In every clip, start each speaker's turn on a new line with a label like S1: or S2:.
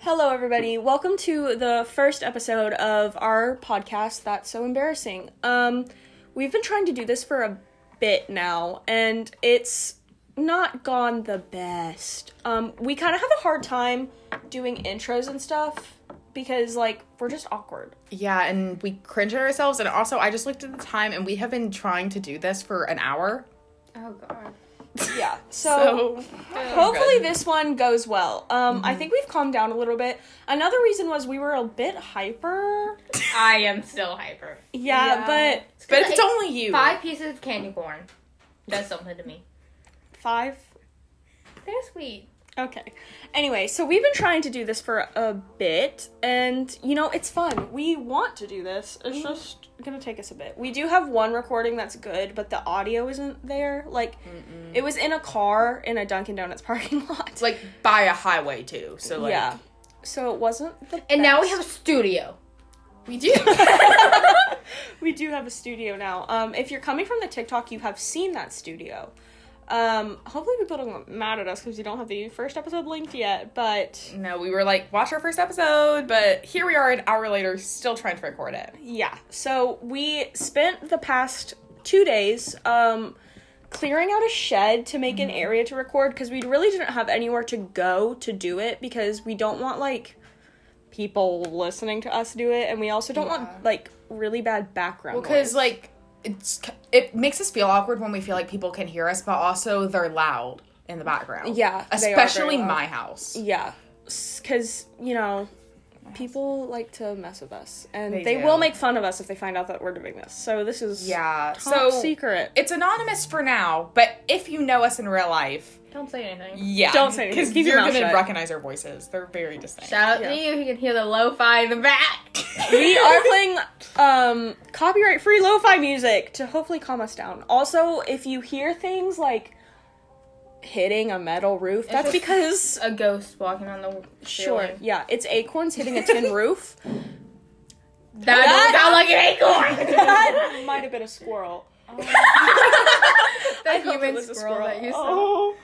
S1: Hello, everybody. Welcome to the first episode of our podcast, That's So Embarrassing. Um, we've been trying to do this for a bit now, and it's not gone the best. Um, we kind of have a hard time doing intros and stuff because, like, we're just awkward.
S2: Yeah, and we cringe at ourselves. And also, I just looked at the time, and we have been trying to do this for an hour.
S3: Oh god.
S1: Yeah. So,
S2: So,
S1: hopefully
S2: good. Mm-hmm.
S1: this one goes well. Um, I think we've calmed down a little bit. Another reason was we were a bit hyper.
S3: I am still hyper.
S1: Yeah,
S2: Yeah.
S1: but
S2: but it's
S3: It's like
S2: only you.
S3: Five pieces of candy corn does something to me.
S1: five.
S3: They're sweet.
S1: Okay. Anyway, so we've been trying to do this for a bit, and you know, it's fun. We want to do this. It's just gonna take us a bit. We do have one recording that's good, but the audio isn't there. Like, it was in a car in a Dunkin' Donuts parking lot.
S2: It's like by a highway too. So like,
S1: yeah. So it wasn't the
S3: And now we
S1: best.
S3: have a studio.
S2: we do.
S1: we do have a studio now. Um, if you're coming from the TikTok, you have seen that studio. Um, hopefully people don't get mad at us because we don't have the first episode linked yet, but
S2: no, we were like, watch our first episode, but here we are an hour later, still trying to record it.
S1: yeah. So we spent the past two days um clearing out a shed to make
S2: Mm-hmm.
S1: an area to record because we really didn't have anywhere to go to do it because we don't want like people listening to us do it and we also don't
S2: Yeah.
S1: want like really bad background
S2: Because
S1: noise.
S2: like, it's it makes us feel awkward when we feel like people can hear us, but also they're loud in the background.
S1: Yeah, they are very
S2: especially
S1: loud.
S2: my house.
S1: Yeah, because you know, people like to mess with us, and they,
S2: They do.
S1: will make fun of us if they find out that we're doing this. So this is
S2: Yeah.
S1: top
S2: so
S1: secret.
S2: it's anonymous for now, but if you know us in real life,
S3: Don't say anything.
S2: Yeah.
S1: Don't say anything.
S2: Because
S1: Keep your
S2: you're
S1: mouth
S2: going to
S1: shut.
S2: recognize our voices. They're very distinct.
S3: Shout out
S1: Yeah.
S3: to you. You can hear the lo-fi in the back.
S1: we are playing um, copyright free lo-fi music to hopefully calm us down. Also, if you hear things like hitting a metal roof, that's
S3: just-
S1: because
S3: a ghost walking on the
S1: sure,
S3: ceiling.
S1: yeah, it's acorns hitting a tin roof.
S3: That
S1: That-
S3: doesn't sound like an acorn.
S1: That might have been a squirrel.
S3: the
S1: hope it
S3: human
S1: was a
S3: squirrel that you saw.
S1: Oh.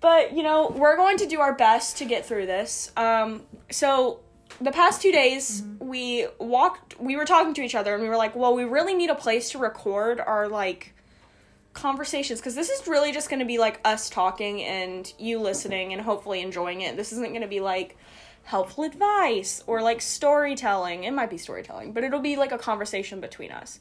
S1: But you know, we're going to do our best to get through this. Um, so the past two days we walked we were talking to each other and we were like, well, we really need a place to record our like conversations because this is really just going to be like us talking and you listening and hopefully enjoying it. This isn't going to be like helpful advice or like storytelling. It might be storytelling, but it'll be like a conversation between us.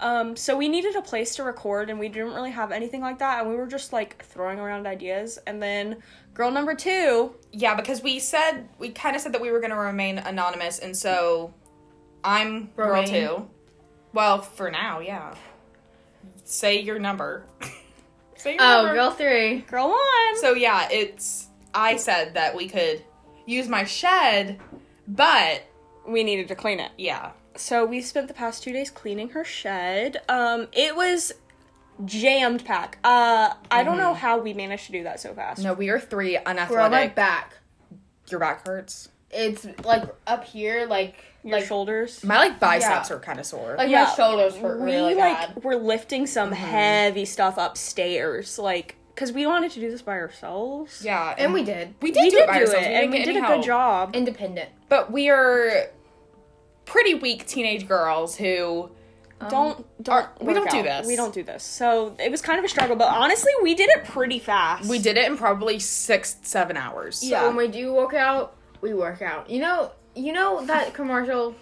S1: Um, so we needed a place to record, and we didn't really have anything like that, and we were just like throwing around ideas. And then girl number two,
S2: Yeah, because we said, we kind of said that we were going to remain anonymous, and so I'm
S3: Remain.
S2: girl two. Well, for now, yeah. Say your number. Say your
S3: Oh,
S2: number.
S3: girl three.
S1: girl one,
S2: So, yeah, it's, I said that we could use my shed, but,
S1: we needed to clean it.
S2: yeah.
S1: So we spent the past two days cleaning her shed. Um, it was jammed pack. Uh, I don't know how we managed to do that so fast.
S2: Mm-hmm. No, we are three unathletic.
S3: We're on my back.
S2: Your back hurts.
S3: It's like up here, like
S1: Your
S3: like
S1: shoulders.
S2: My, like, biceps
S3: Yeah.
S2: are kind of sore.
S3: like
S1: Yeah.
S3: my shoulders hurt
S1: we
S3: really
S1: like
S3: bad.
S1: were lifting some
S2: Mm-hmm.
S1: heavy stuff upstairs, like because we wanted to do this by ourselves.
S2: yeah.
S3: And we did.
S2: We did
S1: we
S2: do
S1: did
S2: it by
S1: do it,
S2: ourselves.
S1: and we
S2: didn't
S1: did
S2: get
S1: a
S2: any
S1: good
S2: help.
S1: job.
S3: Independent.
S2: But we are pretty weak teenage girls who
S1: don't don't
S2: Um, Or- we
S1: work
S2: don't do
S1: out.
S2: this.
S1: We don't do this. So it was kind of a struggle, but honestly, we did it pretty fast.
S2: we did it in probably six, seven hours.
S3: So
S1: Yeah.
S3: when we do work out, we work out. You know, you know that commercial.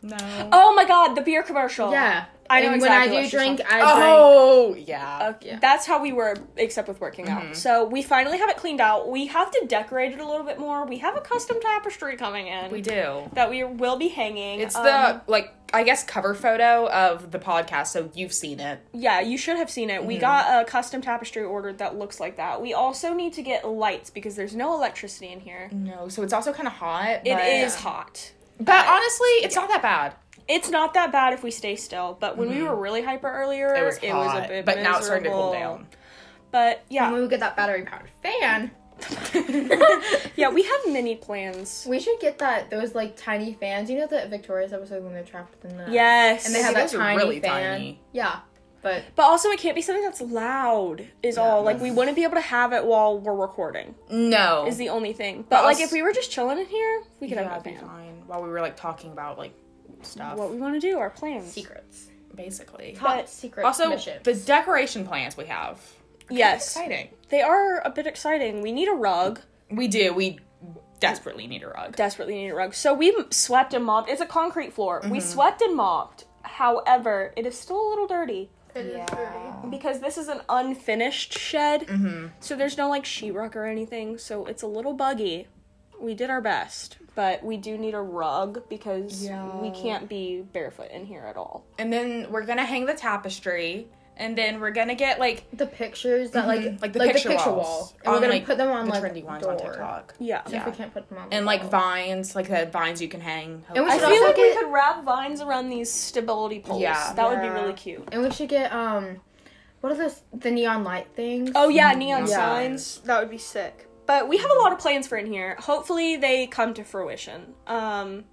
S2: No.
S1: Oh my god, the beer commercial.
S3: Yeah,
S1: I know
S3: and
S1: exactly
S3: when
S1: what
S3: I do
S1: she's
S3: drink,
S1: talking-
S3: I drink.
S2: Oh, yeah. Mm-hmm.
S1: Uh,
S3: Yeah.
S1: That's how we were, except with working out. So we finally have it cleaned out. We have to decorate it a little bit more. We have a custom tapestry coming in
S2: We do.
S1: that we will be hanging.
S2: It's
S1: Um,
S2: the, like, I guess cover photo of the podcast, so you've seen it.
S1: yeah. You should have seen it.
S2: Mm-hmm.
S1: We got a custom tapestry ordered that looks like that. We also need to get lights because there's no electricity in here.
S2: No, so it's also kind of hot.
S1: It is
S2: but,
S1: hot.
S2: But honestly, it's not that bad.
S1: it's not that bad if we stay still, but when we were really hyper earlier,
S2: Mm-hmm. It was hot.
S1: a bit
S2: but now it's starting to cool
S1: miserable.
S2: down.
S1: But
S2: Oh!
S3: And
S1: yeah,
S3: when we get that battery powered fan,
S1: yeah, we have many plans.
S3: we should get that those like tiny fans. You know the Victoria's episode when they're trapped in the
S1: Yes,
S3: and they have
S2: See,
S3: that
S2: those are
S3: tiny
S2: really
S3: fan.
S2: tiny.
S3: Yeah, But
S1: But also, it can't be something that's loud. Is all like we wouldn't be able to have it while we're recording.
S2: No.
S1: Is the only thing. But like,
S2: us-
S1: if we were just chilling in here, we could
S2: Mm. yeah,
S1: have
S2: it'd
S1: a
S2: be
S1: band.
S2: fine. While we were like talking about like stuff,
S1: What we want to do, our plans.
S3: secrets.
S2: basically.
S3: Top
S1: But-
S3: secret
S2: Also,
S3: mission.
S2: the decoration plans we have.
S1: Yes,
S2: Exciting.
S1: they are a bit exciting. We need a rug.
S2: We do. We desperately need a rug.
S1: Desperately need a rug. So we m- swept and mopped. It's a concrete floor.
S2: Mm-hmm.
S1: We swept and mopped. However, it is still a little dirty
S3: It is dirty.
S1: because this is an unfinished shed.
S2: Mm-hmm.
S1: So there's no like sheetrock or anything. So it's a little buggy. We did our best, but we do need a rug because we
S2: Yeah.
S1: can't be barefoot in here at all.
S2: And then we're gonna hang the tapestry. And then we're gonna get like
S3: the pictures that like
S2: Mm-hmm. like the picture, walls.
S3: and we're
S2: on,
S3: gonna
S2: like,
S3: put them on
S2: the
S3: like
S2: trendy ones
S3: door.
S2: on TikTok.
S1: Yeah.
S3: If we
S2: Yeah.
S3: can't put them on the
S2: And like
S3: wall.
S2: vines, like the vines you can hang.
S3: And we
S1: I
S3: should
S1: feel
S3: also
S1: like we
S3: get-
S1: could wrap vines around these stability poles.
S2: Yeah.
S1: That would be
S3: Yeah.
S1: really cute.
S3: And we should get um, what are those the neon light things?
S1: Oh yeah, neon
S2: Yeah.
S1: signs. That would be sick. But we have a lot of plans for in here. Hopefully they come to fruition. Um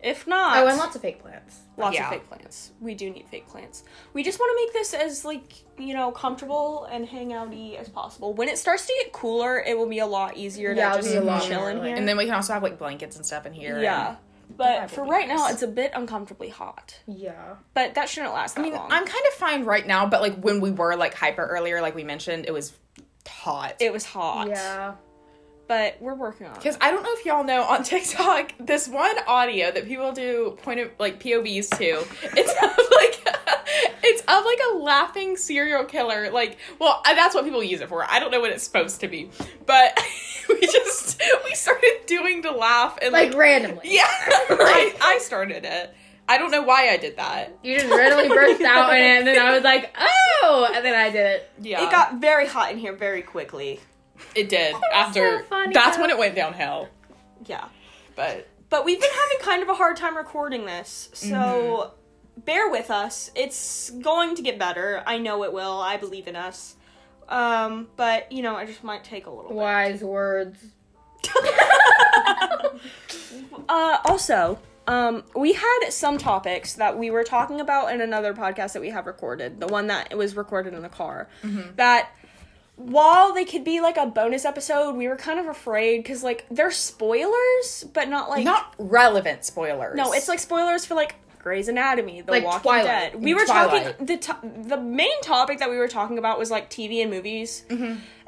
S1: if not
S3: oh, and lots of fake plants.
S1: lots
S2: Yeah.
S1: of fake plants. We do need fake plants. We just want to make this as like, you know, comfortable and hangouty as possible. When it starts to get cooler, it will be a lot easier to
S3: Yeah, it'll
S1: just
S3: be a lot
S1: chill
S3: more,
S1: in
S3: like-
S1: here.
S2: and then we can also have like blankets and stuff in here.
S1: yeah.
S2: and-
S1: But
S2: would
S1: for
S2: be
S1: right now,
S2: nice.
S1: it's a bit uncomfortably hot.
S3: Yeah.
S1: But that shouldn't last that
S2: I mean,
S1: long.
S2: I'm kind of fine right now, but like when we were like hyper earlier, like we mentioned, it was hot.
S1: it was hot.
S3: Yeah.
S1: But we're working on it.
S2: Because I don't know if y'all know on TikTok this one audio that people do point of like POVs to. It's of like it's of like a laughing serial killer. Like, well, I- that's what people use it for. I don't know what it's supposed to be, but we just we started doing the laugh and like,
S3: Like randomly.
S2: yeah, I, I started it. I don't know why I did that.
S3: You just randomly burst out in it, and then I was like, oh, and then I did it.
S2: Yeah,
S1: It got very hot in here very quickly.
S2: it did after.
S3: so funny,
S2: that's
S3: though.
S2: when it went downhill.
S1: Yeah.
S2: But
S1: But we've been having kind of a hard time recording this, so bear with us. It's going to get better. I know it will. I believe in us. Um, but you know, it just might take a little. While.
S3: Wise words.
S1: Uh, also, um, we had some topics that we were talking about in another podcast that we have recorded, the one that was recorded in the car, that. While they could be like a bonus episode, we were kind of afraid because like they're spoilers, but not like
S2: not relevant spoilers.
S1: No, it's like spoilers for like Grey's Anatomy, The
S3: Like
S1: Walking
S3: Twilight.
S1: Dead. We were talking
S2: Twilight.
S1: the to- the main topic that we were talking about was like TV and movies,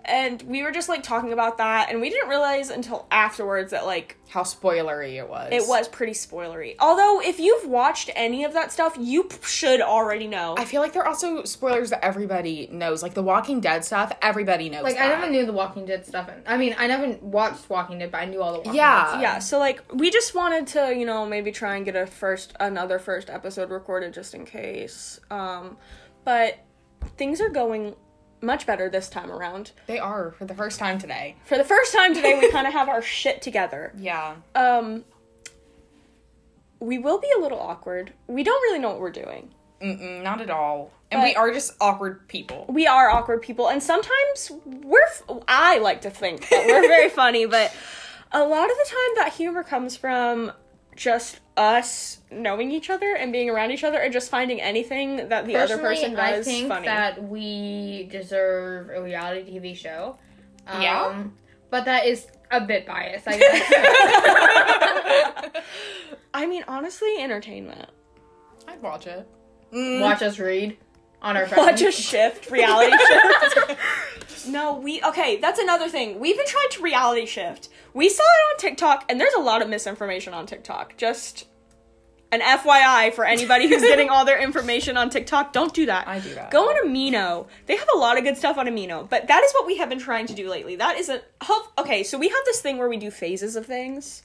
S1: and we were just like talking about that, and we didn't realize until afterwards that like
S2: how spoilery it was.
S1: it was pretty spoilery. Although if you've watched any of that stuff, you p- should already know.
S2: I feel like they're also spoilers that everybody knows, like the Walking Dead stuff. Everybody knows.
S3: Like I
S2: that.
S3: never knew the Walking Dead stuff. and- I mean, I never watched Walking Dead, but I knew all the Walking
S2: Yeah.
S3: Dead.
S1: yeah, so like we just wanted to, you know, maybe try and get a first another first episode recorded just in case. Um but things are going much better this time around.
S2: They are for the first time today.
S1: for the first time today we kind of have our shit together
S2: Yeah.
S1: um we will be a little awkward we don't really know what we're doing
S2: Mm-mm, not at all. And
S1: But-
S2: we are just awkward people.
S1: we are awkward people and sometimes we're f- i like to think that we're very funny but a lot of the time that humor comes from just us knowing each other and being around each other and just finding anything that the other
S3: Personally,
S1: person
S3: I
S1: does
S3: think
S1: funny
S3: that we deserve a reality TV show. Um,
S2: Yeah.
S3: But that is a bit biased, I guess.
S1: i mean honestly entertainment
S2: I'd watch it.
S3: Watch us read on our
S1: Watch
S3: friends.
S1: a shift, reality shift. no, we okay. That's another thing. We even tried to reality shift. We saw it on TikTok, and there's a lot of misinformation on TikTok. Just an FYI for anybody who's getting all their information on TikTok, don't do that.
S2: I do that.
S1: Go on Amino. They have a lot of good stuff on Amino, but that is what we have been trying to do lately. That isn't hope. Okay, so we have this thing where we do phases of things.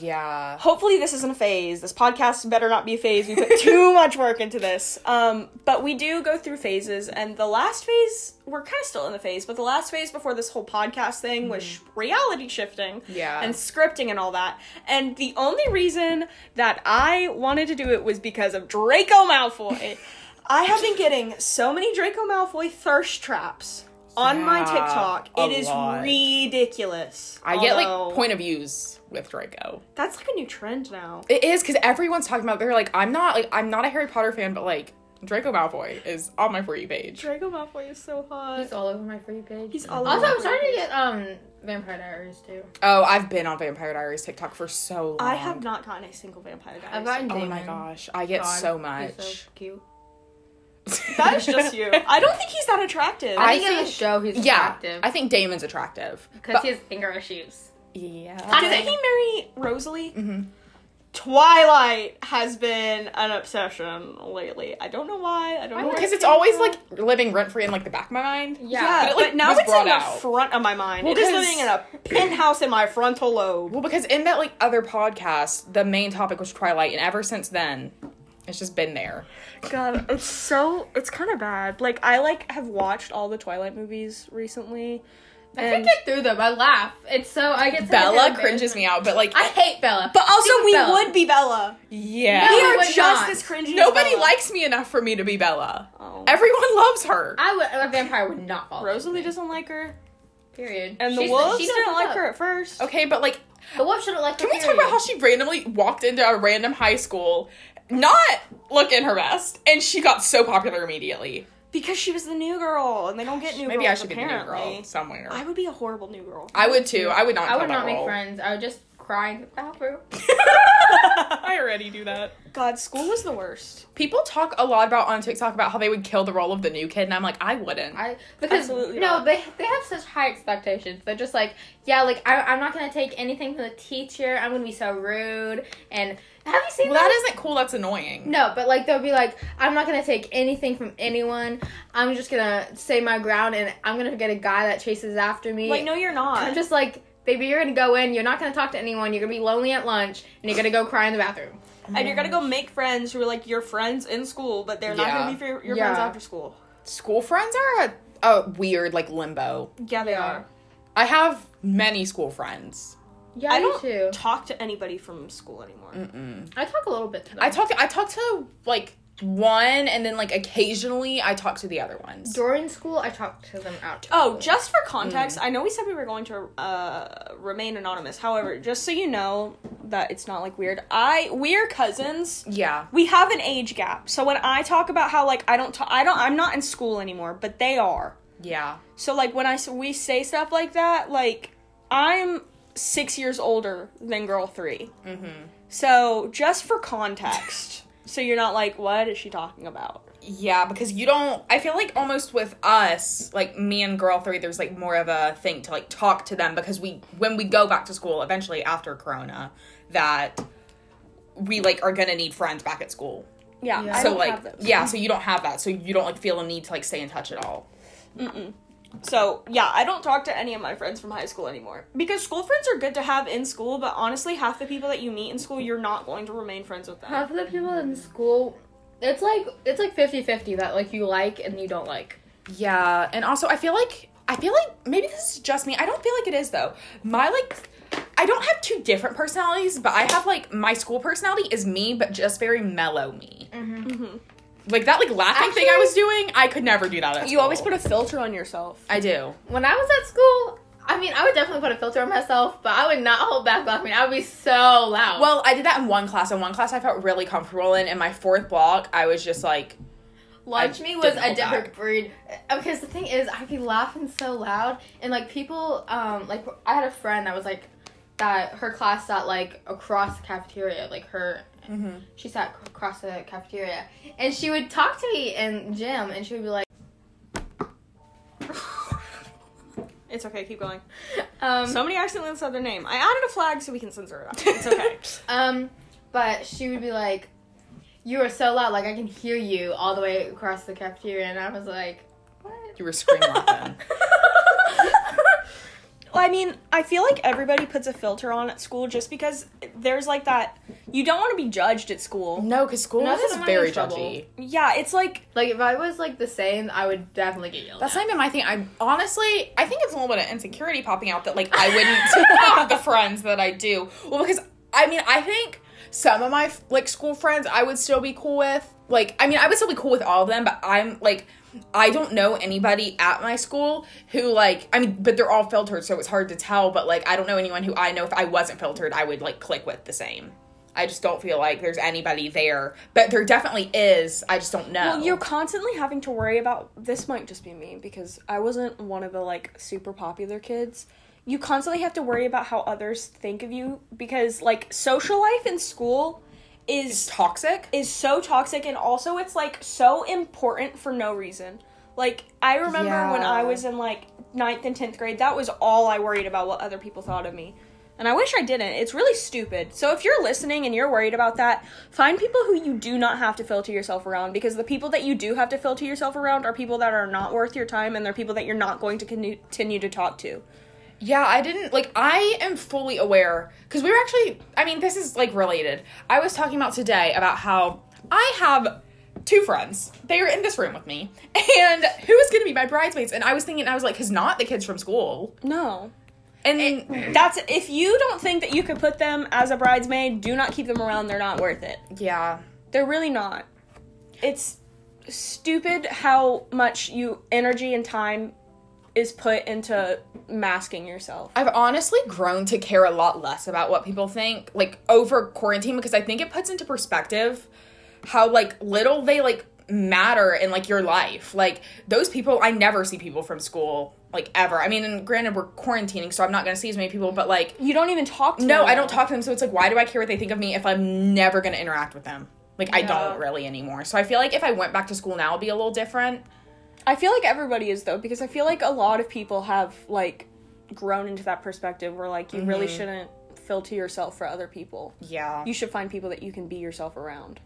S2: Yeah.
S1: Hopefully this isn't a phase. This podcast better not be a phase. We put too much work into this. Um, but we do go through phases, and the last phase we're kind of still in the phase, but the last phase before this whole podcast thing was sh- reality shifting,
S2: Mm-hmm. Yeah.
S1: and scripting and all that. And the only reason that I wanted to do it was because of Draco Malfoy. I have been getting so many Draco Malfoy thirst traps on my
S2: Yeah,
S1: TikTok.
S2: a
S1: It is
S2: lot.
S1: ridiculous.
S2: I get
S1: Although,
S2: like point of views with Draco.
S1: That's like a new trend now.
S2: It is because everyone's talking about. They're like, I'm not like I'm not a Harry Potter fan, but like Draco Malfoy is on my for you page.
S1: Draco Malfoy is so hot.
S3: He's all over my free page.
S1: He's all
S3: also,
S1: over
S3: I'm
S1: my
S3: starting
S1: page.
S3: to get um Vampire Diaries too.
S2: Oh, I've been on Vampire Diaries TikTok for so long.
S1: I have not gotten a single Vampire Diaries.
S3: I've gotten.
S2: Oh
S3: Damon.
S2: my gosh, I get
S3: God,
S2: so
S3: He's
S2: much.
S3: so cute.
S1: that is just you. I don't think he's that attractive.
S3: I,
S2: I
S3: think in the
S2: think-
S3: show he's
S2: Yeah,
S3: attractive
S2: I think Damon's attractive.
S3: because
S2: But-
S3: he has anger issues.
S2: yeah.
S3: I
S1: Didn't
S3: think-
S1: he marry Rosalie?
S2: hmm
S1: Twilight has been an obsession lately. I don't know why. I don't know where
S2: Because
S1: it
S2: it's
S1: came
S2: always
S1: from.
S2: like living rent free in like the back of my mind.
S1: yeah,
S3: Yeah.
S1: but,
S2: but it, like,
S1: now
S2: was
S1: it's in
S2: brought
S1: the
S2: out.
S1: front of my mind.
S2: Well,
S1: it is
S2: 'cause-
S1: living in a penthouse in my frontal lobe.
S2: Well, because in that like other podcast, the main topic was Twilight, and ever since then, it's just been there.
S1: Oh God, it's so it's kind of bad. Like I like have watched all the Twilight movies recently.
S3: I can get through them. I laugh. It's so I get. so
S2: Bella
S3: embarrassed.
S2: cringes me out, but like,
S3: I hate Bella.
S1: but also
S3: Think
S1: we
S3: Bella.
S1: would be Bella.
S2: yeah,
S3: No,
S1: we are
S3: would
S1: just
S3: not.
S1: as cringy. as
S2: nobody
S1: Bella.
S2: likes me enough for me to be Bella.
S1: Oh.
S2: Everyone loves her.
S3: I would. A vampire would not fall.
S1: Rosalie doesn't like her,
S3: Period.
S1: and the
S3: She's
S1: wolves
S3: she
S1: didn't
S3: doesn't
S1: like
S3: fuck.
S1: her at first.
S2: Okay, but like,
S3: The wolf shouldn't like
S2: can
S3: her.
S2: we talk about how she randomly walked into a random high school, not looking her best, and she got so popular immediately?
S1: Because she was the new girl, and they don't get new
S2: Maybe
S1: girls.
S2: I should
S1: apparently.
S2: be the new girl somewhere.
S1: I
S2: I,
S1: would be a horrible new girl.
S2: would too. I would not.
S3: I
S2: fill
S3: would
S2: that
S3: not make
S2: role.
S3: friends. I would just cry in the bathroom.
S2: I already do that.
S1: God, school was the worst.
S2: People talk a lot about on TikTok about how they would kill the role of the new kid, and I'm like, I wouldn't.
S3: I because
S1: Absolutely
S3: no,
S1: not.
S3: they they have such high expectations. They're just like, yeah, like I, I'm not gonna take anything from the teacher. I'm gonna be so rude. And have you seen
S2: Well,
S3: that?
S2: that isn't cool. That's annoying.
S3: No, but like they'll be like, I'm not gonna take anything from anyone. I'm just gonna say my ground, and I'm gonna get a guy that chases after me.
S1: Like, no, you're
S3: I'm
S1: not.
S3: just like, baby, you're gonna go in. You're not gonna talk to anyone. You're gonna be lonely at lunch, and you're gonna go cry in the bathroom.
S1: and you're gonna go make friends who are like your friends in school, but they're not
S2: Yeah.
S1: gonna be for your, your
S3: Yeah.
S1: friends after school.
S2: School friends are a, a weird like limbo.
S1: Yeah, they
S3: Yeah.
S1: are.
S2: I have many school friends.
S3: Yeah,
S1: I
S3: me
S1: don't
S3: too.
S1: talk to anybody from school anymore.
S2: Mm-mm.
S3: I talk a little bit to them.
S2: I talk. I talk to like one, and then like occasionally I talk to the other ones.
S3: during school. I talk to them out.
S1: Oh, just for context, I know we said we were going to uh, remain anonymous. However, just so you know that it's not like weird. I we're cousins.
S2: Yeah.
S1: we have an age gap. So when I talk about how like I don't ta- I don't I'm not in school anymore, but they are.
S2: Yeah.
S1: So like when I s- we say stuff like that, like I'm 6 years older than girl 3.
S2: Mm-hmm.
S1: So just for context, so you're not like what is she talking about?
S2: Yeah, because you don't. I feel like almost with us, like me and Girl Three, there's like more of a thing to like talk to them because we, when we go back to school eventually after Corona, that we like are gonna need friends back at school.
S1: Yeah.
S3: Yeah.
S1: I
S2: so
S1: don't
S2: like,
S1: have those.
S2: yeah, so you don't have that, so you don't like feel a need to like stay in touch at all.
S1: So yeah, I don't talk to any of my friends from high school anymore because school friends are good to have in school, but honestly, half the people that you meet in school, you're not going to remain friends with them.
S3: Half of the people in school, it's like it's like 50-50 that like you like and you don't like.
S2: Yeah, and also I feel like I feel like maybe this is just me. I don't feel like it is though. My like I don't have two different personalities, but I have like my school personality is me, but just very mellow me.
S1: Mhm.
S2: Like that like laughing thing I
S3: Actually-
S2: was doing, I could never do that. At
S1: You always
S2: school.
S1: put a filter on yourself.
S2: I do.
S3: When I was at school, I mean, I would definitely put a filter on myself, but I would not hold back laughing. I would be so loud.
S2: Well, I did that in one class. In one class, I felt really comfortable in. In my fourth block, I was just like,
S3: lunch
S2: I
S3: me was
S2: didn't
S3: a
S2: hold
S3: different
S2: back.
S3: breed. Uh, Because the thing is, I'd be laughing so loud, and like people, um, like I had a friend that was like that her class sat like across the cafeteria, like her.
S2: Mm-hmm.
S3: She sat ac- across the cafeteria, and she would talk to me in gym, and she would be like,
S1: It's okay, keep going.
S3: um,
S1: Somebody accidentally said their name. I added a flag so we can censor it out. It's okay.
S3: Um, but she would be like, "You are so loud, like I can hear you all the way across the cafeteria," and I was like, "What?"
S2: you were scream laughing.
S1: well, I mean, I feel like everybody puts a filter on at school just because there's like that. You don't want to be judged at school.
S2: no, because school
S3: No,
S2: is
S3: that's
S2: very
S3: not my
S2: judgy.
S1: Yeah, it's like
S3: like if I was like the same, I would definitely get yelled.
S2: That's
S3: at.
S2: not even my thing. I honestly, I think it's a little bit of insecurity popping out that like I wouldn't have the friends that I do. Well, because I mean, I think some of my like school friends I would still be cool with. Like, I mean, I would still be cool with all of them, but I'm like, I don't know anybody at my school who like. I mean, but they're all filtered, so it's hard to tell. But like, I don't know anyone who I know if I wasn't filtered, I would like click with the same. I just don't feel like there's anybody there, but there definitely is. I just don't know.
S1: Well, you're constantly having to worry about this might just be me because I wasn't one of the like super popular kids. You constantly have to worry about how others think of you because like social life in school
S2: It's
S1: is
S2: toxic.
S1: is so toxic and also it's like so important for no reason. Like I remember when
S3: Yeah.
S1: I was in like ninth and tenth grade, that was all I worried about what other people thought of me. And I wish I didn't. It's really stupid. So if you're listening and you're worried about that, find people who you do not have to filter yourself around because the people that you do have to filter yourself around are people that are not worth your time and they're people that you're not going to con- continue to talk to.
S2: Yeah, I didn't like I am fully aware cuz we were actually I mean this is like related. I was talking about today about how I have two friends. They are in this room with me. And who is going to be my bridesmaids? And I was thinking I was like cuz not the kids from school.
S1: No.
S2: And
S1: That's if you don't think that you could put them as a bridesmaid, do not keep them around. They're not worth it.
S2: yeah.
S1: They're really not. It's stupid how much you energy and time is put into masking yourself.
S2: I've honestly grown to care a lot less about what people think, like over quarantine, because I think it puts into perspective how like little they like matter in like your life. Like those people, I never see people from school like ever. I mean, and granted, we're quarantining, so I'm not gonna see as many people, but like,
S1: You don't even talk to
S2: no,
S1: them
S2: I don't
S1: now.
S2: talk to them, so it's like, why do I care what they think of me if I'm never gonna interact with them? Like, I
S3: Yeah.
S2: don't really anymore. So I feel like if I went back to school now, it'd be a little different.
S1: I feel like everybody is though because I feel like a lot of people have like grown into that perspective where like you really shouldn't filter yourself for other people.
S2: Yeah.
S1: You should find people that you can be yourself around,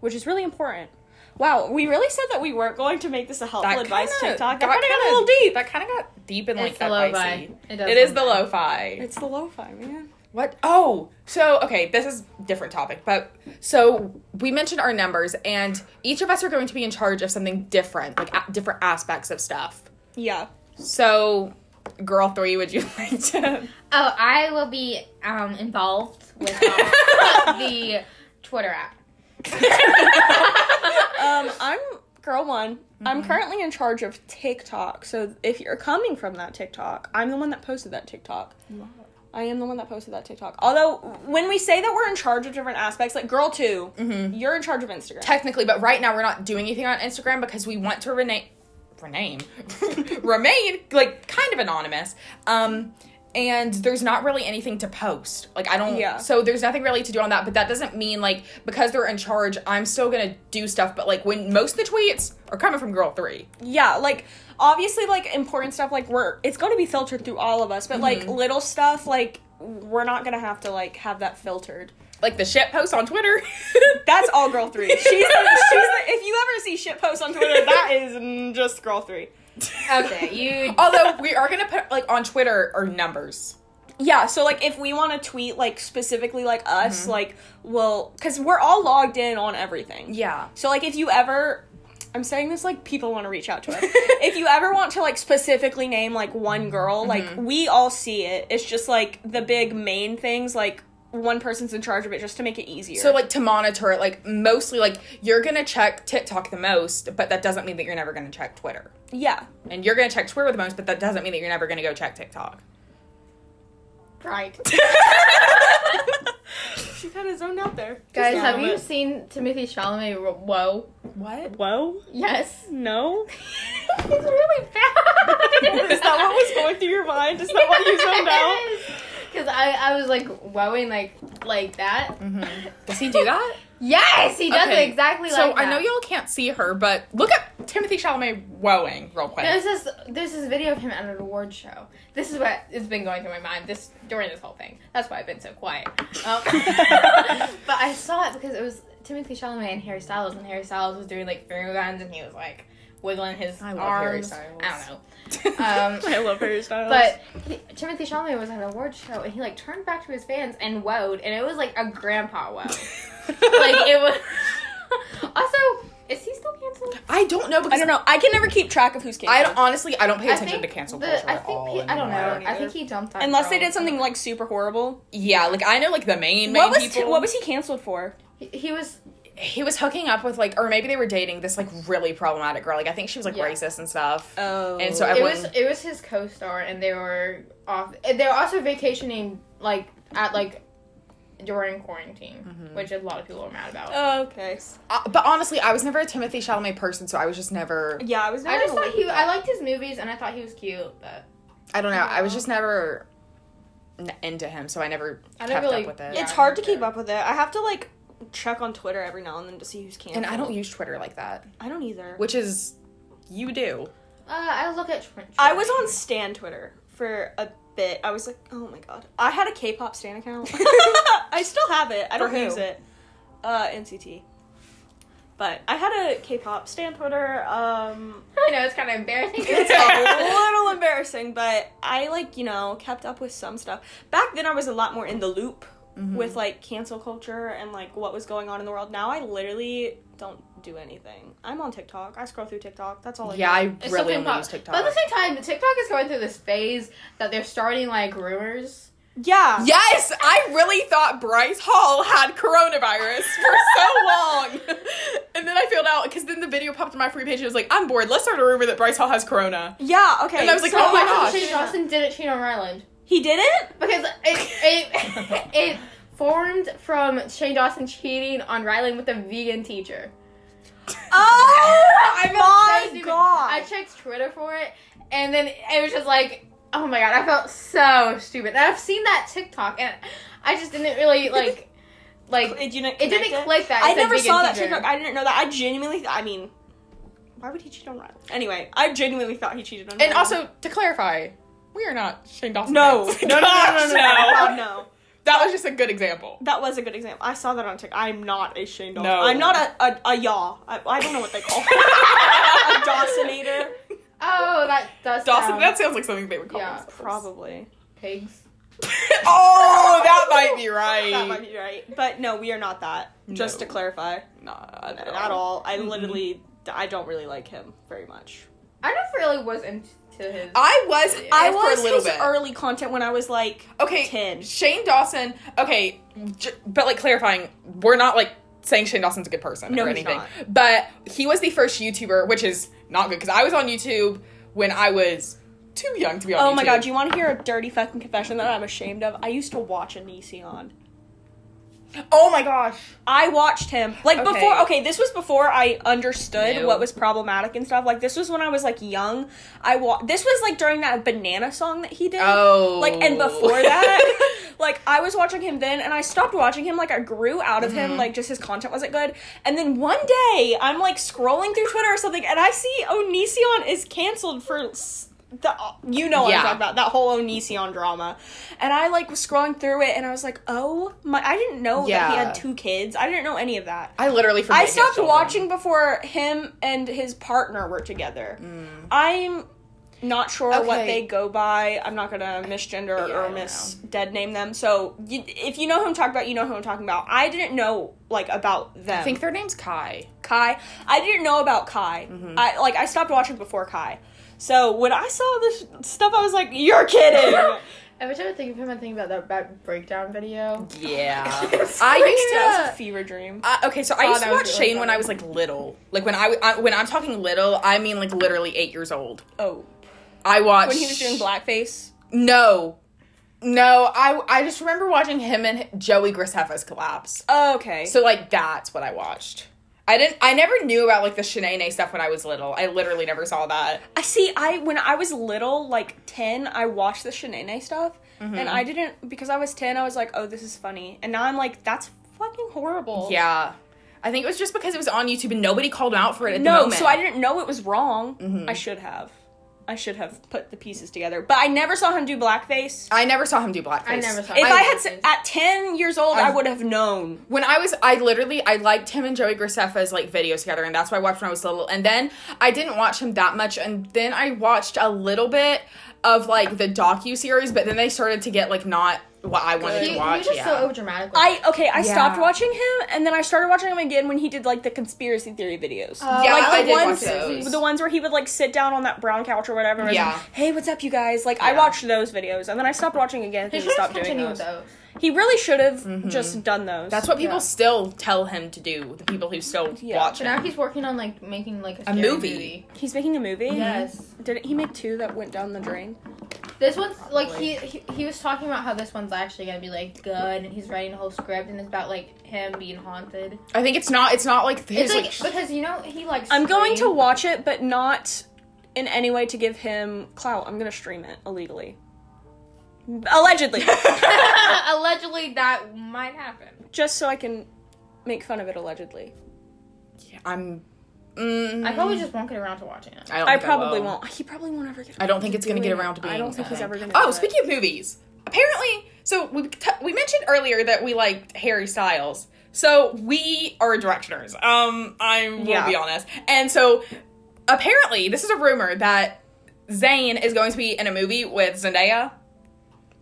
S1: which is really important. Wow, we really said that we weren't going to make this a helpful advice
S2: kinda-
S1: TikTok.
S2: that
S1: That kind of got a
S2: kinda-
S1: little deep.
S2: That kind of got deep and like
S3: It's the
S2: advice-y.
S3: lo-fi. It does
S2: It is the
S3: sometimes.
S2: lo-fi.
S1: It's the lo-fi, man.
S2: What? Oh, so okay, this is different topic, but so we mentioned our numbers, and each of us are going to be in charge of something different, like a- different aspects of stuff.
S1: Yeah.
S2: So, girl three, would you like to?
S3: Oh, I will be um, involved with um, the Twitter app.
S1: Um, I'm girl one. I'm currently in charge of TikTok. So if you're coming from that TikTok, I'm the one that posted that TikTok. I am the one that posted that TikTok. Although when we say that we're in charge of different aspects, like girl 2 you you're in charge of Instagram.
S2: Technically, but right now we're not doing anything on Instagram because we want to rename, rename, remain like kind of anonymous. Um. And there's not really anything to post. Like, I don't.
S1: Yeah.
S2: So, there's nothing really to do on that, but that doesn't mean, like, because they're in charge, I'm still gonna do stuff. But, like, when most of the tweets are coming from Girl 3,
S1: yeah, like obviously like important stuff like we're it's going to be filtered through all of us, but like little stuff like we're not going to have to like have that filtered.
S2: like the shit post on Twitter.
S1: That's all girl three. She's the, she's the, if you ever see shit posts on Twitter, that is mm, just girl three.
S3: Okay, you.
S2: Although, we are gonna put, like, on Twitter are numbers.
S1: Yeah, so like if we want to tweet like specifically like us, like well, because we're all logged in on everything.
S2: Yeah.
S1: So like if you ever, I'm saying this like people want to reach out to us. if you ever want to like specifically name like one girl, like we all see it. It's just like the big main things like one person's in charge of it just to make it easier.
S2: So like to monitor it, like mostly like you're gonna check TikTok the most, but that doesn't mean that you're never gonna check Twitter.
S1: yeah,
S2: And you're gonna check Twitter the most, but that doesn't mean that you're never gonna go check TikTok.
S3: Right.
S1: she kind of zoned out there.
S3: Guys,
S1: Just a
S3: have
S1: little
S3: you
S1: bit.
S3: seen Timothy Chalamet? ro- Whoa.
S2: What?
S1: Whoa,
S3: Yes.
S1: no.
S3: it's really bad.
S1: Is that what was going through your mind? Is that what you zoned out?
S3: Because I, I was like wowing like like that.
S1: Mm-hmm.
S2: Does he do that?
S3: Yes, he does
S2: Okay,
S3: it exactly
S2: so
S3: like that.
S2: I know y'all can't see her, but look up Timothy Chalamet wowing real quick.
S3: There's this there's this video of him at an award show. This is what has been going through my mind this during this whole thing. That's why I've been so quiet. Um, but I saw it because it was Timothy Chalamet and Harry Styles, and Harry Styles was doing like finger guns, and he was like wiggling his
S2: I love
S3: arms.
S2: Harry Styles.
S3: I don't know. Um,
S1: I love Harry Styles.
S3: But he, Timothy Chalamet was at an award show, and he like turned back to his fans and wowed, and it was like a grandpa wow. like it was. also, is he still canceled?
S2: I don't know because
S1: I don't know. I can never keep track of who's canceled.
S2: I don't- honestly I don't pay
S3: I
S2: attention
S3: think
S2: to cancel
S3: the-
S2: culture
S3: I
S2: at
S3: think
S2: all.
S3: he- I don't
S2: anymore.
S3: know.
S1: I don't
S3: I
S1: either.
S3: think he dumped that.
S1: Unless
S3: girl.
S1: they did something like super horrible.
S2: Yeah, like I know like the main main
S1: What was
S2: people.
S1: what was he canceled for?
S3: He, he was.
S2: he was hooking up with like or maybe they were dating this like really problematic girl like i think she was like
S3: Yeah.
S2: racist and stuff
S1: Oh,
S2: And so I
S3: It
S2: wouldn't-
S3: was. It was his co-star, and they were off. and They were also vacationing like at like during quarantine,
S4: Mm-hmm.
S3: which a lot of people are mad about.
S2: Oh,
S1: Oh, Okay.
S4: Uh, but honestly, I was never a Timothy Chalamet person, so I was just never.
S1: Yeah, I was.
S3: I
S1: never
S3: just
S1: gonna
S3: thought
S1: look
S3: he. I liked his movies, and I thought he was cute, but
S4: I don't know. I was just never n- into him, so I never
S3: I don't
S4: kept
S3: really-
S4: up with it.
S3: yeah.
S1: It's hard to
S3: sure.
S1: keep up with it. I have to like check on Twitter every now and then to see who's
S4: And
S1: canceled.
S4: I don't e use Twitter like that,
S1: I don't either.
S4: which is you do.
S3: uh, I look at. Tr-
S1: I was on Stan Twitter for a bit. I was like, oh my god, I had a K-pop Stan account. I still have it. I
S4: For
S1: don't
S4: who?
S1: use it. Uh, NCT. But I had a K-pop Stan Twitter. Um,
S3: I know it's kind of embarrassing.
S1: it's a little embarrassing, but I like you know kept up with some stuff. Back then, I was a lot more in the loop with like cancel culture and like what was going on in the world. Now I literally don't do anything. I'm on TikTok. I scroll through TikTok. That's all. I
S4: Yeah,
S1: do.
S4: I
S3: It's
S4: really
S3: something
S4: only
S3: about-
S4: use TikTok.
S3: But at the same time, TikTok is going through this phase that they're starting like rumors.
S1: yeah.
S4: Yes, I really thought Bryce Hall had coronavirus for so long.
S2: and then I filled out because then the video popped on my free page. And it was like, I'm bored. Let's start a rumor that Bryce Hall has corona.
S1: Yeah. Okay.
S2: And I was like,
S1: so-
S2: oh my
S3: Actually,
S2: gosh.
S3: Shane Dawson did it cheat on Ryland
S1: he did it.
S3: because it it, it formed from Shane Dawson cheating on Ryland with a vegan teacher.
S1: Oh
S3: so
S1: my
S3: stupid.
S1: god.
S3: I checked Twitter for it, and then it was just like, oh my god, I felt so stupid. And I've seen that TikTok, and I just didn't really like, like.
S1: it didn't.
S3: It didn't
S1: connect
S3: click that. It
S1: I
S3: said
S1: never
S3: vegan
S1: saw that
S3: teacher.
S1: TikTok. I didn't know that. I genuinely. I mean, why would he cheat on Rylan? Anyway, I genuinely thought he cheated on.
S2: And
S1: Rylan.
S2: also to clarify, we are not Shane Dawson.
S1: No,
S2: fans.
S1: no, no, no, no, no,
S2: Gosh,
S1: no, no, no.
S2: That was just a good example.
S1: That was a good example. I saw that on TikTok. I'm not a Shane Dawson.
S2: No.
S1: I'm not a a, a yaw. I, I don't know what they call it. a Dawsonator,
S3: Oh, that does.
S2: Dawson,
S3: sound-
S2: that sounds like something they would call
S3: Yeah.
S2: themselves.
S1: probably.
S3: pigs.
S2: oh, that might be right.
S1: That might be right. But no, we are not that. Just to
S2: No.
S1: clarify,
S2: Not
S1: at all. Mm-hmm. I literally, I don't really like him very much.
S3: I never really was into his.
S2: I was.
S1: I
S2: I was
S1: was
S2: for a little
S1: his
S2: bit.
S1: early content when I was like
S2: okay,
S1: ten.
S2: Shane Dawson. Okay, j- but like clarifying, we're not like saying Shane Dawson's a good person
S1: No,
S2: or
S1: he's
S2: anything.
S1: not.
S2: But he was the first YouTuber, which is not good because I was on YouTube when I was too young to be on.
S1: Oh my
S2: YouTube.
S1: god, do you want to hear a dirty fucking confession that I'm ashamed of? I used to watch Anision.
S2: Oh my gosh.
S1: I watched him like
S2: Okay.
S1: before. Okay, this was before I understood
S2: No.
S1: what was problematic and stuff. Like this was when I was like young. I wa- this was like during that banana song that he did.
S2: Oh.
S1: like and before that, like I was watching him then, and I stopped watching him. Like I grew out of him. Like just his content wasn't good. And then one day I'm like scrolling through Twitter or something, and I see Onision is canceled for. s- The, you know what
S2: Yeah.
S1: I'm talking about that whole Onision drama, and I like was scrolling through it, and I was like, "Oh my!" I didn't know that he
S4: Yeah.
S1: had two kids. I didn't know any of that.
S4: I literally forget.
S1: I
S4: his
S1: stopped
S4: children.
S1: watching before him and his partner were together.
S4: Mm.
S1: I'm not sure what
S4: Okay.
S1: they go by. I'm not gonna misgender
S4: Yeah, I
S1: or
S4: don't
S1: mis dead name them. So you, if you know who I'm talking about, you know who I'm talking about. I didn't know like about them.
S4: I think their name's Kai.
S1: Kai. I didn't know about Kai.
S4: Mm-hmm.
S1: I like I stopped watching before Kai. So when I saw this stuff, I was like, "You're kidding."
S3: Every time I think of him, I think about that bad breakdown video.
S4: Yeah.
S1: I
S4: used to-
S1: That was a fever dream.
S2: Uh, okay, so I
S3: Oh,
S2: used to
S3: that was
S2: watch
S3: really
S2: Shane when
S3: funny.
S2: I was like little. Like when I, w- I- when I'm talking little, I mean like literally eight years old.
S1: Oh,
S2: I watched
S1: when he was doing blackface.
S2: No, no. I I just remember watching him and Joey Graceffa's collapse.
S1: Okay.
S2: So like that's what I watched. I didn't. I never knew about like the Shanae stuff when I was little. I literally never saw that.
S1: I see. I when I was little, like ten, I watched the Shanae stuff,
S2: Mm-hmm.
S1: and I didn't because I was ten. I was like, oh, this is funny, and now I'm like, that's fucking horrible.
S2: Yeah, I think it was just because it was on YouTube and nobody called him out for it at the
S1: No,
S2: moment. Mm-hmm.
S1: so I didn't know it was wrong. I should have. I should have put the pieces together, but I never saw him do blackface.
S2: I never saw him do blackface.
S3: I never saw
S1: if I,
S3: I-
S1: had s- at ten years old, I, would have known.
S2: when I was, I literally, I liked him and Joey Graceffa's like videos together, and that's why I watched when I was little. And then I didn't watch him that much, and then I watched a little bit of like the docu series, but then they started to get like not what I wanted
S3: He, he
S2: to
S3: was
S2: watch.
S3: just
S2: yeah.
S3: so overdramatic. with
S1: I okay. I stopped
S2: Yeah.
S1: watching him, and then I started watching him again when he did like the conspiracy theory videos.
S2: yeah,
S3: Uh, like
S2: I
S1: the
S2: did watch
S1: ones-
S2: those.
S1: the ones where he would like sit down on that brown couch or whatever. And was
S2: Yeah.
S1: like, hey, what's up, you guys? Like, I
S2: Yeah.
S1: watched those videos and then I stopped watching again.
S3: He
S1: He
S3: should have
S1: stopped doing
S3: continued
S1: those.
S3: with those.
S1: He really should have just done those.
S2: Mm-hmm. That's what people
S3: Yeah.
S2: still tell him to do. The people who still
S1: Yeah.
S2: watch
S3: So
S2: him.
S3: now he's working on like making like a,
S2: A
S3: scary
S2: movie.
S1: he's making a movie.
S3: Yes.
S1: Did he make two that went down the drain?
S3: This one's like he, he he was talking about how this one's actually gonna be like good, and he's writing a whole script, and it's about like him being haunted.
S2: I think it's not. It's not like his
S3: It's like
S2: like.
S3: because you know he likes.
S1: I'm going to watch it, but not in any way to give him clout. I'm gonna stream it illegally. Allegedly.
S3: Allegedly, that might happen.
S1: Just so I can make fun of it allegedly.
S2: I'm. Mm,
S3: I probably just won't get around to watching it.
S2: I, don't
S1: I
S2: think
S1: probably
S2: will.
S1: won't. He probably won't ever get
S2: I don't think it's gonna get around to being.
S1: I don't think he's
S2: something.
S1: ever gonna do
S2: Oh,
S1: it.
S2: speaking of movies, apparently, so we t- we mentioned earlier that we liked Harry Styles. So we are directioners. Um, I will
S1: Yeah.
S2: be honest. And so apparently, this is a rumor that Zayn is going to be in a movie with Zendaya.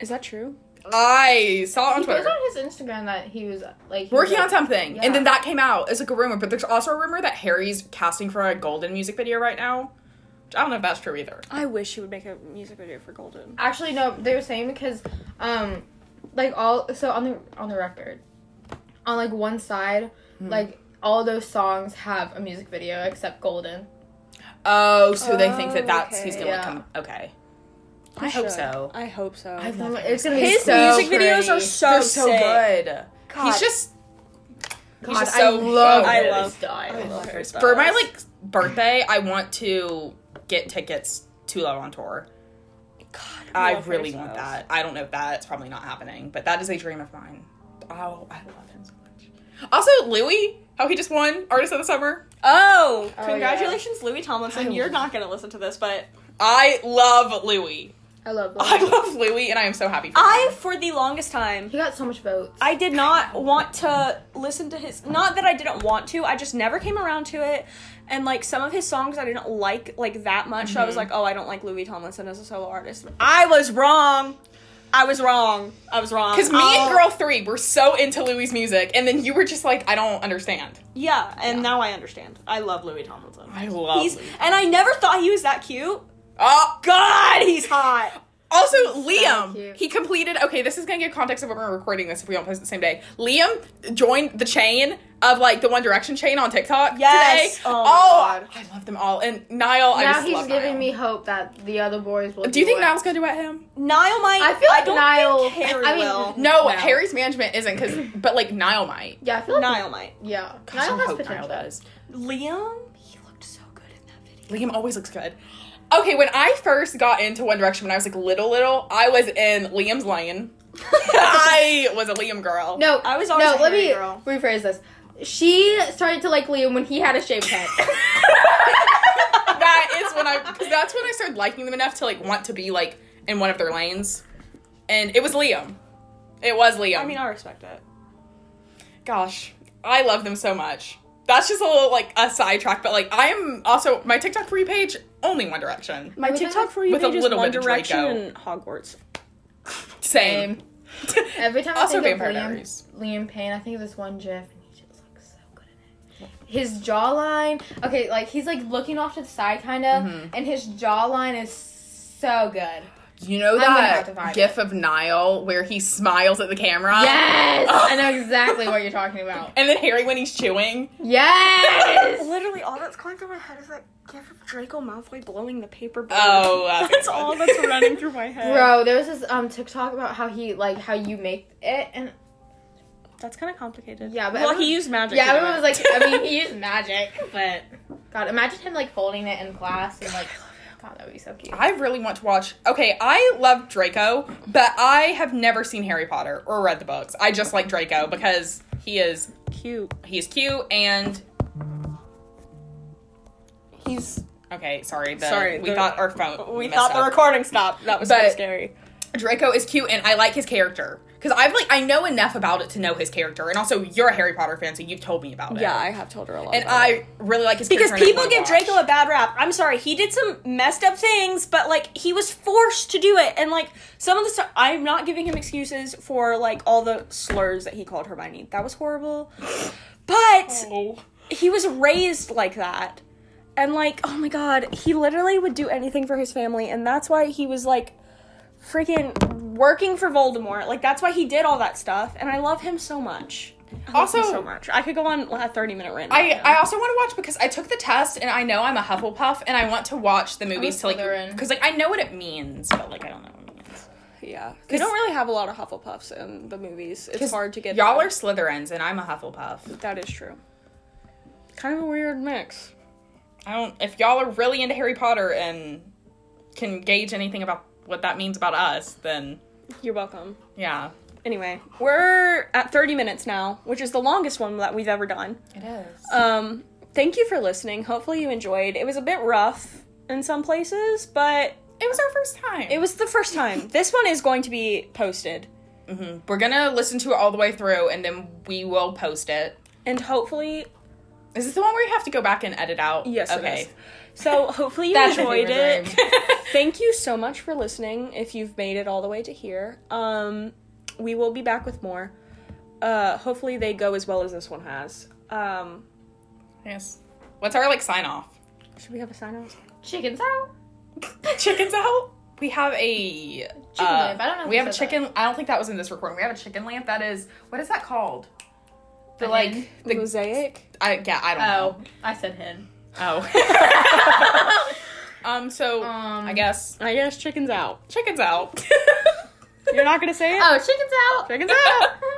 S1: Is that true?
S2: I saw it on
S3: He was
S2: Twitter.
S3: on his Instagram that he was like he
S2: Working on
S3: was,
S2: something,
S3: Yeah.
S2: and then that came out as like a rumor. But there's also a rumor that Harry's casting for a Golden music video right now. Which I don't know if that's true either.
S1: I wish he would make a music video for Golden.
S3: Actually, no, they were saying because, um, like all so on the on the record, on like one side, like all those songs have a music video except Golden.
S2: Oh, so they think
S1: Oh,
S2: that that's who's
S1: okay.
S2: gonna
S3: Yeah.
S2: come. Okay, I hope so.
S1: I hope so.
S2: I love it.
S3: It's gonna be
S1: His
S3: so
S1: music videos are
S3: pretty.
S1: so
S2: They're so
S1: sick.
S2: good.
S1: God.
S2: He's just
S3: God,
S2: he's just
S3: I
S2: so
S3: love.
S1: I
S3: Harry
S1: love-
S3: Styles.
S1: I love her
S2: for my
S1: styles.
S2: like birthday. I want to get tickets to Love on Tour.
S1: God,
S2: I
S1: love Harry
S2: really want
S1: Styles.
S2: that. I don't know if that's probably not happening, but that is a dream of mine. Oh, I love him so much. Also, Louis, how he just won Artist of the Summer.
S1: Oh,
S3: Oh,
S1: congratulations, Louis Tomlinson. You're not gonna listen to this, but
S2: I love Louis.
S3: I love.
S2: I
S3: Golden.
S2: love Louis, and I am so happy. For him.
S1: I, for the longest time,
S3: He got so much votes.
S1: I did not want to listen to his. Not that I didn't want to, I just never came around to it. And like some of his songs, I didn't like like that much. So I
S2: Mm-hmm.
S1: was like, oh, I don't like Louis Tomlinson as a solo artist. I was wrong. I was wrong. I was wrong.
S2: Because me
S1: I'll-
S2: and Girl Three were so into Louis' music, and then you were just like, I don't understand.
S1: yeah, and now I understand. I love Louis Tomlinson.
S2: I love.
S1: He's
S2: Louis.
S1: and I never thought he was that cute.
S2: Oh
S1: God, he's hot.
S2: Also, Liam,
S3: cute.
S2: he completed. Okay, this is gonna give context of when we're recording this if we don't post it the same day. Liam joined the chain of like the One Direction chain on TikTok
S1: Yes.
S2: today.
S1: Oh my God.
S2: I love them all. And Niall, I
S3: now
S2: just
S3: he's
S2: love
S3: giving
S2: Niall.
S3: me hope that the other boys will.
S2: Do you think
S3: what-
S2: Niall's gonna duet him?
S1: Niall might.
S3: I feel like
S1: don't
S3: Niall-
S1: Think Harry
S3: I mean-
S1: will.
S2: No,
S3: No.
S2: Harry's management isn't because, but like Niall might.
S3: Yeah, I feel like
S1: Niall might.
S3: Yeah,
S2: Gosh,
S3: Niall
S2: I
S3: has
S2: hope Niall
S3: potential.
S2: does.
S1: Liam, he looked so good in that video.
S2: Liam always looks good. Okay, when I first got into One Direction when I was like little, little, I was in Liam's lane. I was a Liam girl.
S3: No,
S1: I was always
S3: no.
S1: a
S3: Let
S1: hairy
S3: me
S1: girl.
S3: rephrase this. She started to like Liam when he had a shaved head.
S2: that is when I 'cause that's when I started liking them enough to like want to be like in one of their lanes. And it was Liam. It was Liam.
S1: I mean, I respect it.
S2: gosh, I love them so much. That's just a little like a sidetrack, but like I am also my TikTok free page only One Direction.
S1: My
S3: With a-
S1: TikTok for you
S2: with a
S1: page is
S2: little
S1: One
S2: bit of
S1: Direction
S2: Draco.
S1: and Hogwarts.
S2: Same.
S3: Every time
S2: also
S3: I think of
S2: Vampire
S3: Liam,
S2: Diaries.
S3: Liam Payne, I think of this one GIF, and he just looks so good in it. His jawline, okay, like he's like looking off to the side, kind of, and his jawline is so good.
S2: You know
S3: gonna have to
S2: that
S3: find
S2: gif of Niall where he smiles at the camera?
S3: Yes, I know exactly what you're talking about.
S2: And then Harry when he's chewing.
S3: Yes,
S1: Literally, all that's going through my head is that gif of Draco Malfoy blowing the paper balloon.
S2: Oh, that's a good
S1: that's
S2: one.
S1: all that's running through my head.
S3: bro. There was this um TikTok about how he like how you make it, and
S1: That's kind of complicated.
S3: Yeah, but
S1: well,
S3: everyone-
S1: he used magic.
S3: Yeah,
S1: to do
S3: everyone
S1: it.
S3: was like, I mean, he is magic, but God, imagine him like holding it in class and like, God, that would be so cute.
S2: I really want to watch. Okay, I love Draco, but I have never seen Harry Potter or read the books. I just like Draco because he is
S1: cute.
S2: he's cute and he's okay. Sorry, the,
S1: Sorry,
S2: we
S1: the-
S2: thought our phone.
S1: We
S2: messed
S1: thought the
S2: up.
S1: recording stopped. That was so
S2: But-
S1: scary.
S2: Draco is cute, and I like his character because I've like I know enough about it to know his character, and also you're a Harry Potter fan, so you've told me about it.
S1: Yeah, I have told her a lot.
S2: and
S1: about it.
S2: I really like his
S1: because
S2: character and I
S1: people
S2: wanna
S1: give
S2: watch.
S1: Draco a bad rap. I'm sorry, he did some messed up things, but like he was forced to do it, and like some of the stuff. I'm not giving him excuses for like all the slurs that he called Hermione. That was horrible, but
S2: Oh.
S1: he was raised like that, and like oh my god, he literally would do anything for his family, and that's why he was like freaking working for Voldemort. Like that's why he did all that stuff, and I love him so much. I love him
S2: Also-
S1: so much. I could go on a 30 minute rant. about
S2: I,
S1: him.
S2: I also want to watch because I took the test and I know I'm a Hufflepuff and I want to watch the movies to like
S3: Slytherin.
S2: because like I know what it means but like I don't know.
S1: yeah. They don't really have a lot of Hufflepuffs in the movies. It's hard to get.
S2: Y'all
S1: them.
S2: are Slytherins, and I'm a Hufflepuff.
S1: That is true. Kind of a weird mix.
S2: I don't. If y'all are really into Harry Potter and can gauge anything about what that means about us, then
S1: You're welcome.
S2: yeah,
S1: Anyway, we're at 30 minutes now, which is the longest one that we've ever done.
S2: it is.
S1: Um, thank you for listening. Hopefully you enjoyed. It was a bit rough in some places, but
S2: It was our first time.
S1: it was the first time. this one is going to be posted,
S2: We're gonna listen to it all the way through, and then we will post it.
S1: and hopefully,
S2: Is this the one where you have to go back and edit out?
S1: yes,
S2: Okay.
S1: it is. So hopefully you
S3: That's my
S1: enjoyed
S3: favorite
S1: it. Thank you so much for listening. If you've made it all the way to here, um, we will be back with more. Uh, hopefully they go as well as this one has. Um,
S2: yes. What's our like sign off?
S1: should we have a sign off?
S3: Chickens out.
S2: Chickens out. We have a chicken
S3: lamp. I don't know if
S2: We
S3: we
S2: have a
S3: said that.
S2: chicken. I don't think that was in this recording. We have a chicken lamp that is. What is that called? The
S3: An
S2: like
S3: hen?
S2: the
S1: mosaic.
S2: I yeah I don't know.
S3: Oh, I said hen.
S2: Oh. um, so
S3: Um.
S2: I guess
S1: I guess chicken's out.
S2: chickens out.
S1: You're not gonna say it.
S3: Oh, chickens out.
S1: Chicken's out.